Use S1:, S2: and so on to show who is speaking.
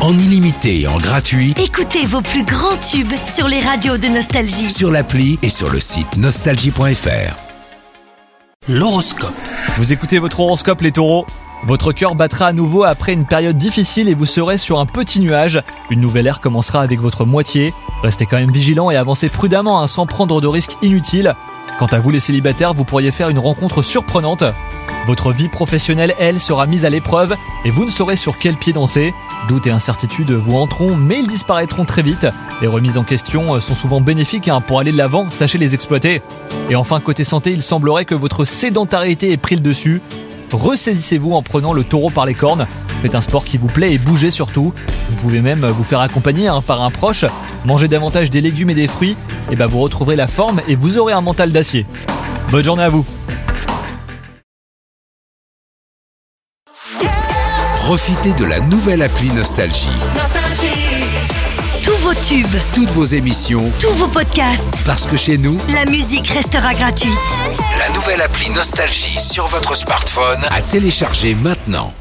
S1: en illimité et en gratuit
S2: Écoutez vos plus grands tubes sur les radios de Nostalgie.
S1: sur l'appli et sur le site nostalgie.fr.
S3: L'horoscope.
S4: Vous écoutez votre horoscope les taureaux Votre cœur battra à nouveau après une période difficile et vous serez sur un petit nuage. Une nouvelle ère commencera avec votre moitié. Restez quand même vigilant et avancez prudemment hein, sans prendre de risques inutiles. Quant à vous les célibataires, vous pourriez faire une rencontre surprenante. Votre vie professionnelle, elle, sera mise à l'épreuve et vous ne saurez sur quel pied danser. Doutes et incertitudes vous entreront, mais ils disparaîtront très vite. Les remises en question euh, sont souvent bénéfiques hein, pour aller de l'avant, sachez les exploiter. Et enfin, côté santé, il semblerait que votre sédentarité ait pris le dessus. Ressaisissez-vous en prenant le taureau par les cornes. Faites un sport qui vous plaît et bougez surtout. Vous pouvez même vous faire accompagner hein, par un proche. Mangez davantage des légumes et des fruits. Et bah vous retrouverez la forme et vous aurez un mental d'acier. Bonne journée à vous
S1: Profitez de la nouvelle appli Nostalgie.
S2: Tous vos tubes,
S1: Toutes vos émissions,
S2: tous vos podcasts,
S1: parce que chez nous,
S2: la musique restera gratuite.
S1: la nouvelle appli Nostalgie sur votre smartphone à télécharger maintenant.